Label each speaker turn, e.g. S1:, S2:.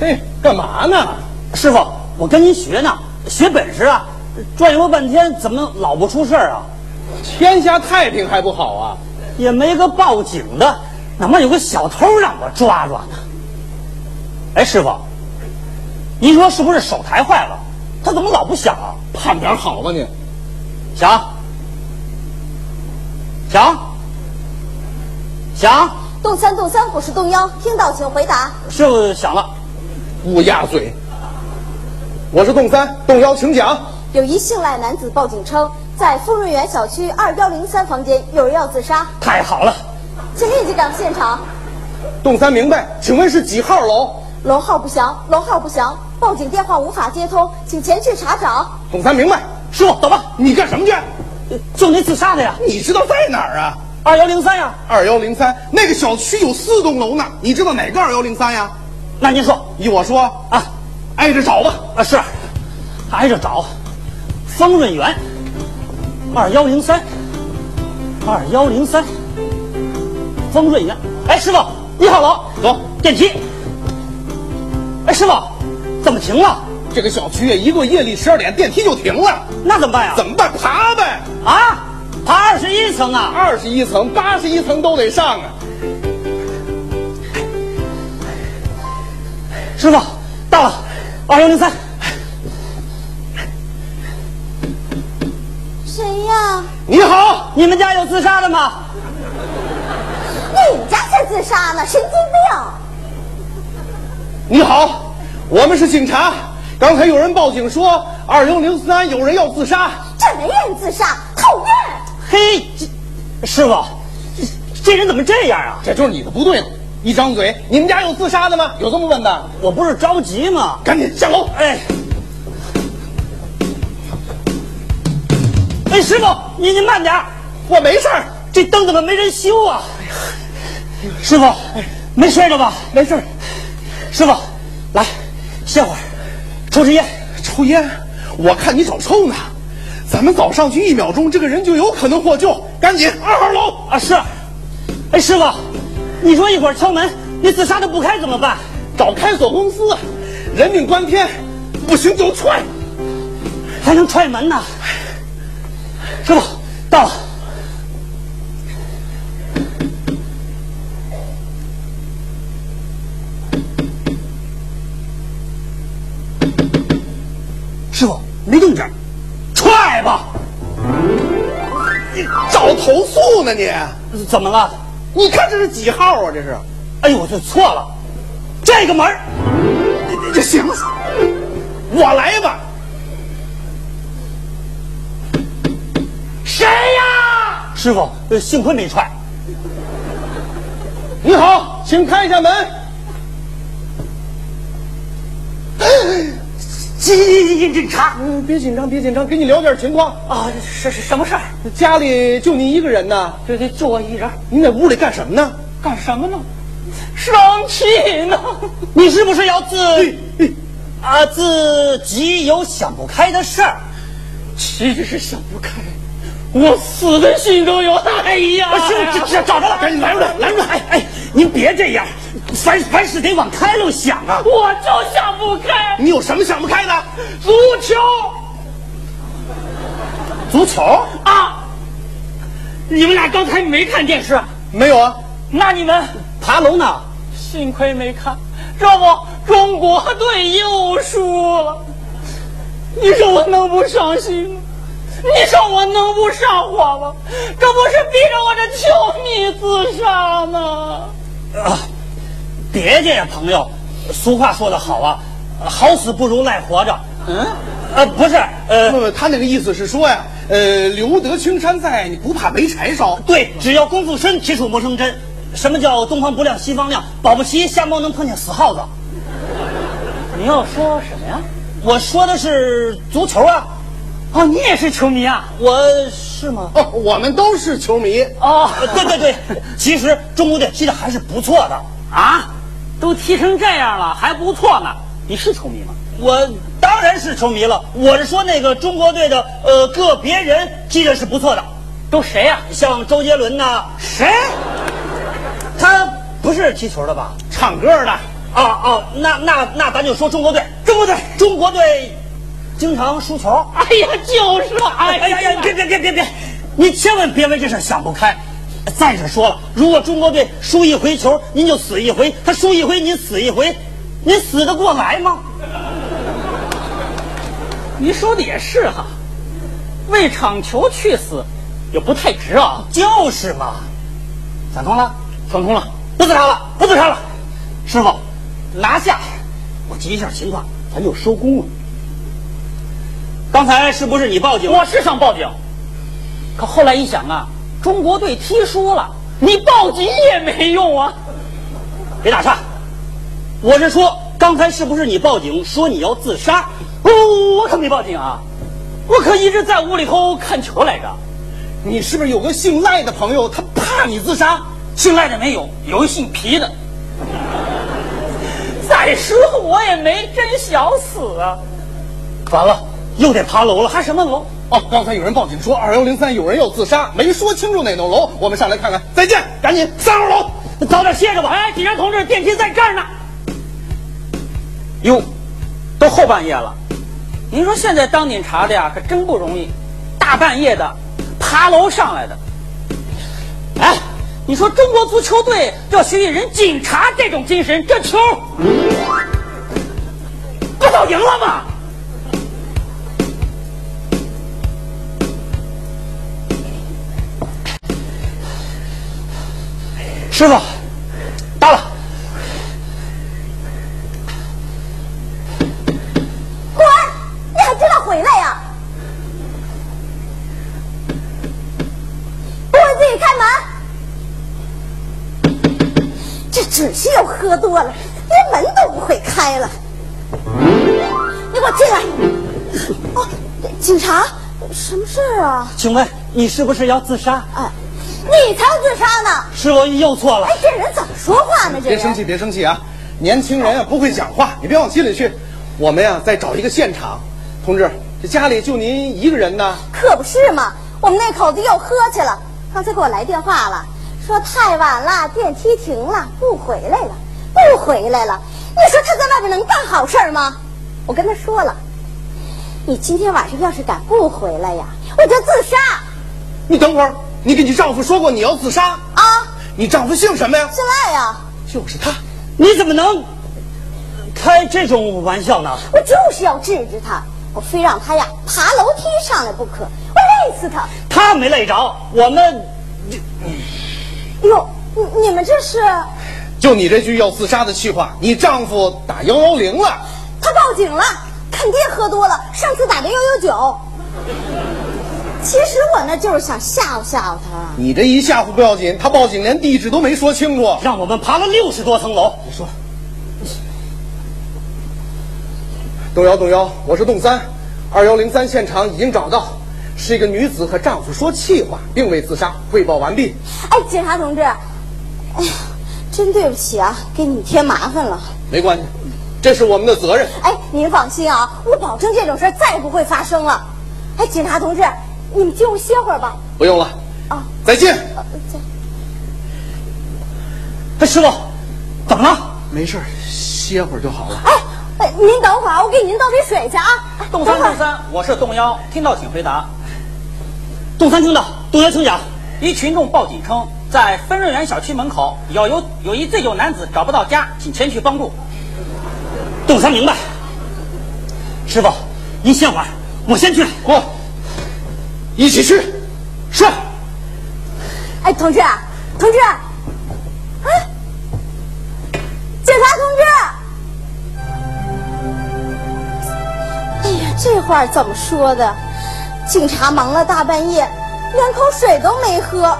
S1: 哎干嘛呢？
S2: 师傅，我跟您学呢，学本事啊，转悠了半天，怎么老不出事儿啊？
S1: 天下太平还不好啊？
S2: 也没个报警的，哪怕有个小偷让我抓抓呢。哎，师傅，您说是不是手台坏了？他怎么老不响啊？
S1: 盼点好吧你？
S2: 响，响，响！
S3: 动三动三，不是动幺，听到请回答。
S2: 师傅响了，
S1: 乌鸦嘴！我是动三动幺，请讲。
S3: 有一姓赖男子报警称，在丰润园小区二幺零三房间有人要自杀，
S2: 太好了，
S3: 请立即赶赴现场。
S1: 动三明白，请问是几号楼？
S3: 楼号不详，楼号不详，报警电话无法接通，请前去查找。
S1: 动三明白。
S2: 师傅走吧，
S1: 你干什么去？
S2: 就那自杀的呀，
S1: 你知道在哪儿啊？
S2: 二幺零三呀。
S1: 二幺零三那个小区有四栋楼呢，你知道哪个二幺零三呀？
S2: 那您说
S1: 依我说
S2: 啊，
S1: 挨着找吧。
S2: 啊是，挨着找，方润园，二幺零三，二幺零三，方润园。哎，师傅，一号楼
S1: 走，
S2: 电梯。哎，师傅，怎么停了？
S1: 这个小区啊，一过夜里十二点，电梯就停了，
S2: 那怎么办呀？
S1: 怎么办？爬呗。
S2: 啊？爬二十一层啊？
S1: 二十一层、八十一层都得上啊。
S2: 师傅，到了，二幺零三。
S3: 谁呀？
S1: 你好，
S2: 你们家有自杀的吗？
S3: 你们家才自杀呢，神经病！
S1: 你好，我们是警察。刚才有人报警说二幺零三有人要自杀，
S3: 这没人自杀，讨厌！
S2: 嘿，这师傅，这这人怎么这样啊？
S1: 这就是你的不对了。一张嘴，你们家有自杀的吗？有这么问的？
S2: 我不是着急吗？
S1: 赶紧上楼。
S2: 哎，哎，师傅，您您慢点儿，
S1: 我没事儿，
S2: 这灯怎么没人修啊？师傅，没摔着吧？
S1: 没事儿。
S2: 师傅，来，歇会儿，抽支烟。
S1: 抽烟，我看你找抽呢。咱们早上去一秒钟，这个人就有可能获救。赶紧，二号楼。
S2: 啊，是。哎，师傅，你说一会儿敲门，那自杀的不开怎么办？
S1: 找开锁公司，人命关天，不行就踹。
S2: 还能踹门呢？师傅，到了。师傅，没动静儿，踹吧。
S1: 嗯你找投诉呢你？
S2: 怎么了？
S1: 你看这是几号啊？这是，
S2: 哎呦，这错了，这个门儿
S1: 这这行，我来吧。谁呀？
S2: 师傅，呃幸亏没踹。
S1: 你好，请开一下门。
S2: 进进进进进查
S1: 嗯，别紧张，别紧张，跟你聊点情况。
S2: 啊！是是什么事儿？
S1: 家里就你一个人呐？
S2: 这这就我一人儿，
S1: 你在屋里干什么呢？
S2: 干什么呢？生气呢？ 你是不是要自啊自己有想不开的事儿？
S1: 其实是想不开，我死的心都有。哎呀
S2: 啊，这这这找着了，
S1: 赶紧拦住他，拦住他！
S2: 哎哎，您别这样，凡凡事得往开了想啊！
S4: 我就想不开，
S1: 你有什么想不开的？
S4: 足球
S1: 足球？
S4: 啊！你们俩刚才没看电视，
S1: 没有啊。
S4: 那你们
S2: 爬楼呢？
S4: 幸亏没看，这不中国队又输了。你说我能不伤心吗？你说我能不上火吗？这不是逼着我这球迷自杀吗？
S2: 啊，别介呀，朋友，俗话说得好啊，好死不如赖活着。嗯，呃，不是，呃，
S1: 不，他那个意思是说呀，呃，留得青山在，你不怕没柴烧。
S2: 对，只要功夫深，铁杵磨成针。什么叫东方不亮西方亮？保不齐瞎猫能碰见死耗子。
S4: 你要说什么呀？
S2: 我说的是足球啊，
S4: 哦，你也是球迷啊？
S2: 我是吗？
S1: 哦，我们都是球迷。
S4: 哦
S2: 呃对对对，其实中国队踢的还是不错的。
S4: 啊，都踢成这样了，还不错呢。你是球迷吗？
S2: 我当然是球迷了，我是说那个中国队的呃个别人踢的是不错的，
S4: 都谁呀、
S2: 像周杰伦呐、
S4: 谁？
S2: 他不是踢球的吧？
S1: 唱歌的，
S2: 哦哦，那那那咱就说中国队，
S4: 中国队。
S2: 中国队经常输球。
S4: 哎呀，就是啊，
S2: 哎呀呀，别别别别别，你千万别为这事想不开。再者说了，如果中国队输一回球，您就死一回；他输一回，您死一回，您死得过来吗？
S4: 你说的也是哈，为场球去死，也不太值啊。
S2: 就是嘛，反攻了，
S4: 成功了，
S2: 不自杀了，不自杀了，师傅，拿下！我急一下情况，咱就收工了。刚才是不是你报警？
S4: 我是想报警，可后来一想啊，中国队踢输了，你报警也没用啊。
S2: 别打岔，我是说，刚才是不是你报警说你要自杀？
S4: 哦，我可没报警啊，我可一直在屋里头看球来着。
S1: 你是不是有个姓赖的朋友，他怕你自杀？
S4: 姓赖的没有，有一姓皮 的。再说我也没真想死啊。
S2: 完了，又得爬楼了，还什么楼？
S1: 哦，刚才有人报警说二幺零三有人要自杀，没说清楚哪栋楼。我们上来看看。再见，赶紧三号楼。
S2: 早点歇着吧。
S4: 哎，警察同志，电梯在这儿呢。
S2: 哟，
S4: 都后半夜了，您说现在当警察的呀，可真不容易，大半夜的爬楼上来的。哎，你说中国足球队要学习人警察这种精神，这球不都赢了吗？
S2: 师傅，到了。
S3: 滚！你还知道回来呀、不会自己开门？这准是又喝多了，连门都不会开了。你给我进来！哦，警察，什么事儿啊？
S2: 请问你是不是要自杀？
S3: 哎，你才要自杀呢！
S2: 师傅又错了
S3: 哎。，这人怎么说话呢？这
S1: 别生
S3: 人
S1: 气，别生气啊！年轻人啊不会讲话，你别往心里去。我们呀、再找一个现场，同志，这家里就您一个人呢。
S3: 可不是嘛，我们那口子又喝去了，刚才给我来电话了，说太晚了，电梯停了，不回来了，不回来了。你说他在外边能办好事儿吗？我跟他说了，你今天晚上要是敢不回来呀，我就自杀
S1: 你等会儿，你给你丈夫说过你要自杀，
S3: 啊！
S1: 你丈夫姓什么呀？
S3: 现在呀，
S1: 就是他。
S2: 你怎么能开这种玩笑呢？
S3: 我就是要治治他，我非让他呀爬楼梯上来不可，我累死他！
S2: 他没累着，我们
S3: 哟，你你们这是？
S1: 就你这句要自杀的气话，你丈夫打幺幺零了。
S3: 他报警了，肯定喝多了，上次打的幺幺九。其实我呢就是想吓唬吓唬他，
S1: 你这一吓唬不要紧，他报警连地址都没说清楚。
S2: 让我们爬了六十多层楼。
S1: 你说，动幺动幺，我是动三，二幺零三现场已经找到，是一个女子和丈夫说气话，并未自杀，汇报完毕。
S3: 哎，警察同志，哎呀，真对不起啊，给你们添麻烦了。
S1: 没关系，这是我们的责任。
S3: 哎，您放心啊，我保证这种事儿再也不会发生了。哎，警察同志，你们进屋歇会儿吧。
S1: 不用了，
S3: 啊，
S1: 再见。
S3: 呃，这
S2: 哎，师傅，怎么了？
S1: 没事，歇会儿就好了。
S3: 哎，哎，您等会儿，我给您倒杯水去啊。哎
S4: 动
S3: 等
S4: 三
S3: 会儿
S4: 动三，我是动幺，听到请回答。
S2: 动三听到，动幺听讲。
S4: 一群众报警称，在分润园小区门口有有有一醉酒男子找不到家，请前去帮助。
S2: 动三明白。师傅，您歇会儿，我先去。
S1: 过，一起去。
S2: 是，
S3: 哎，同志，同志，哎，警察同志，哎呀，这话怎么说的？警察忙了大半夜，连口水都没喝，